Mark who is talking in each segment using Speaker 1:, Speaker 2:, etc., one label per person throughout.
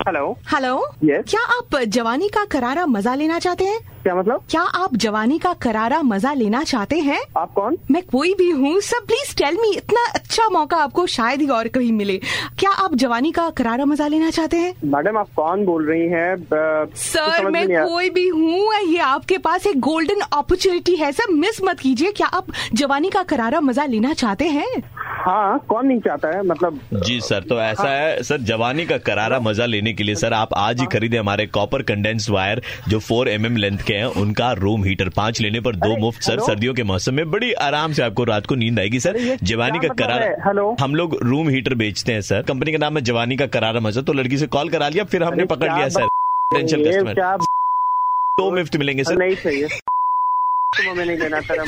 Speaker 1: Hello
Speaker 2: Yes.
Speaker 1: क्या आप जवानी का करारा मजा लेना चाहते हैं
Speaker 2: क्या मतलब
Speaker 1: क्या आप जवानी का करारा मजा लेना चाहते हैं
Speaker 2: आप कौन
Speaker 1: मैं कोई भी हूँ सर प्लीज टेल मी इतना अच्छा मौका आपको शायद ही और कहीं मिले क्या आप जवानी का करारा मजा लेना चाहते हैं
Speaker 2: मैडम आप कौन बोल रही हैं ब- कुछ
Speaker 1: सर
Speaker 2: तो समझ
Speaker 1: मैं
Speaker 2: में नहीं आ-
Speaker 1: कोई भी हूँ ये आपके पास एक गोल्डन अपॉर्चुनिटी है सर मिस मत कीजिए क्या आप जवानी का करारा मजा लेना चाहते हैं
Speaker 2: हाँ कौन नहीं चाहता है मतलब
Speaker 3: जी सर तो ऐसा है सर जवानी का करारा मजा लेने के लिए सर आप आज ही खरीदे हमारे कॉपर कंडेंस वायर जो 4 एम mm लेंथ के हैं उनका रूम हीटर पांच लेने पर दो
Speaker 2: अरे,
Speaker 3: मुफ्त सर
Speaker 2: हेलो?
Speaker 3: सर्दियों के मौसम में बड़ी आराम से आपको रात को नींद आएगी सर
Speaker 2: अरे, ये
Speaker 3: जवानी का
Speaker 2: क्या मतलब है?
Speaker 3: करारा
Speaker 2: हेलो?
Speaker 3: हम लोग रूम हीटर बेचते हैं सर कंपनी का नाम है जवानी का करारा मजा तो लड़की से कॉल करा लिया फिर हमने
Speaker 2: अरे,
Speaker 3: पकड़
Speaker 2: क्या
Speaker 3: लिया सर पोटेंशियल
Speaker 2: ये
Speaker 3: कस्टमर
Speaker 2: क्या
Speaker 3: दो मुफ्त मिलेंगे सर
Speaker 2: नहीं चाहिए तुम्हें मैं नहीं देना तेरा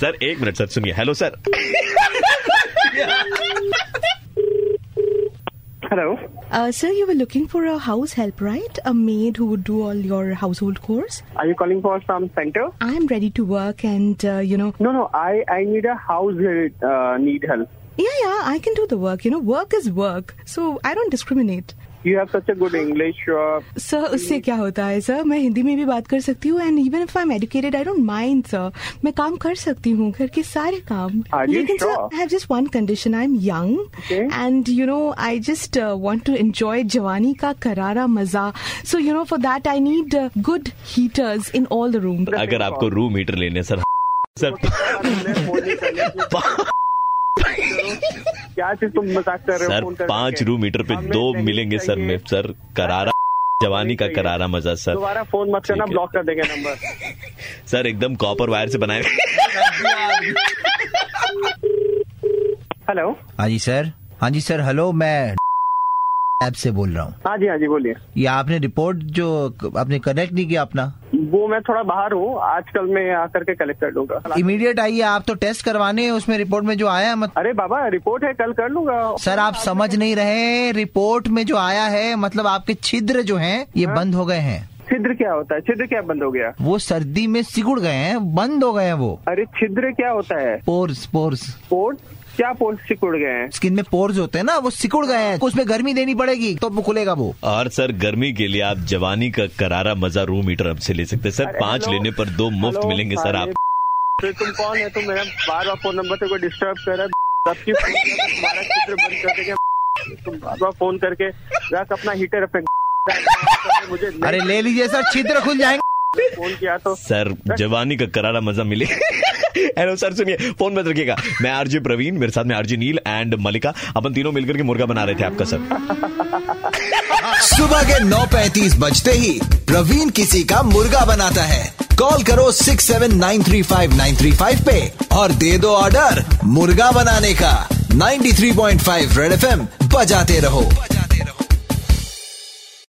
Speaker 3: सर एक मिनट सर सुनिए hello sir
Speaker 2: hello
Speaker 1: Uh, sir, you were looking for a house help, right? A maid who would do all your household chores.
Speaker 2: Are you calling for some centre
Speaker 1: I'm ready to work, and uh, you know,
Speaker 2: no no I I need a house need help
Speaker 1: yeah, yeah, I can do the work. You know, work is work, so I don't discriminate.
Speaker 2: You have such a good English
Speaker 1: sir उससे
Speaker 2: Hmm.
Speaker 1: क्या होता है sir मैं हिंदी में भी बात कर सकती हूँ and even if I am educated I don't mind sir मैं काम कर सकती हूँ घर के सारे काम
Speaker 2: Are you
Speaker 1: लेकिन sir
Speaker 2: sure?
Speaker 1: I have just one condition I am young
Speaker 2: Okay.
Speaker 1: And you know I just want to enjoy जवानी का करारा मजा so you know for that I need good heaters in all the room
Speaker 3: अगर आपको room heater लेने हैं, sir sir
Speaker 2: क्या चीज तुम मजाक कर रहे हो
Speaker 3: सर
Speaker 2: फोन करके?
Speaker 3: पांच रूम मीटर पे
Speaker 2: हमें
Speaker 3: दो
Speaker 2: नहीं
Speaker 3: मिलेंगे सर
Speaker 2: चाहिए।
Speaker 3: में सर करारा जवानी का
Speaker 2: चाहिए।
Speaker 3: करारा मजा सर
Speaker 2: दोबारा फोन मत करना
Speaker 3: ठीक है।
Speaker 2: ब्लॉक कर देंगे नंबर
Speaker 3: सर एकदम कॉपर वायर से बनाए
Speaker 2: हेलो
Speaker 4: हाँ जी सर हाँ जी सर हेलो मैं ऐप से बोल रहा हूँ
Speaker 2: हाँ जी हाँ जी बोलिए
Speaker 4: ये आपने रिपोर्ट जो आपने कनेक्ट नहीं किया अपना
Speaker 2: वो मैं थोड़ा बाहर हूँ आजकल मैं आकर के कलेक्ट कर लूंगा
Speaker 4: इमीडिएट आइए आप तो टेस्ट करवाने हैं उसमें रिपोर्ट में जो आया है, मत
Speaker 2: अरे बाबा रिपोर्ट है कल कर लूंगा
Speaker 4: सर आप समझ नहीं रहे रिपोर्ट में जो आया है मतलब आपके छिद्र जो हैं ये बंद हो गए हैं
Speaker 2: छिद्र क्या होता है छिद्र क्या बंद हो गया
Speaker 4: वो सर्दी में सिकुड़ गए हैं बंद हो गए हैं वो
Speaker 2: अरे छिद्र क्या होता है
Speaker 4: पोर्स पोर्स
Speaker 2: पोर्ट क्या पोर्ट सिकुड़ गए हैं
Speaker 4: स्किन में पोर्स होते हैं ना वो सिकुड़ गए हैं उसमें गर्मी देनी पड़ेगी तो वो खुलेगा वो
Speaker 3: और सर गर्मी के लिए आप जवानी का करारा मजा रूम हीटर हमसे ले सकते हैं सर
Speaker 2: अरे
Speaker 3: पांच
Speaker 2: हेलो,
Speaker 3: लेने पर दो मुफ्त
Speaker 2: हेलो,
Speaker 3: मिलेंगे सर आप
Speaker 2: अरे तो तुम कौन है तुम मेरा बार बार फोन नंबर से कोई डिस्टर्ब कर रहा है सबकी फोन करके तुम्हारा चित्र बंद कर देंगे तुम बार बार फोन करके रख अपना हीटर अपने मुझे नहीं
Speaker 4: अरे ले लीजिए सर छिद्र खुल जाएंगे
Speaker 2: फोन किया तो
Speaker 3: सर जवानी का करारा मजा मिले हेलो सर सुनिए फोन मत रखिएगा मैं आरजे प्रवीण मेरे साथ में आरजे नील एंड मलिका अपन तीनों मिलकर के मुर्गा बना रहे थे आपका सर
Speaker 5: सुबह के 9:35 बजते ही प्रवीण किसी का मुर्गा बनाता है कॉल करो 6793593 पे और दे दो ऑर्डर मुर्गा बनाने का 93.5 रेड एफएम बजाते रहो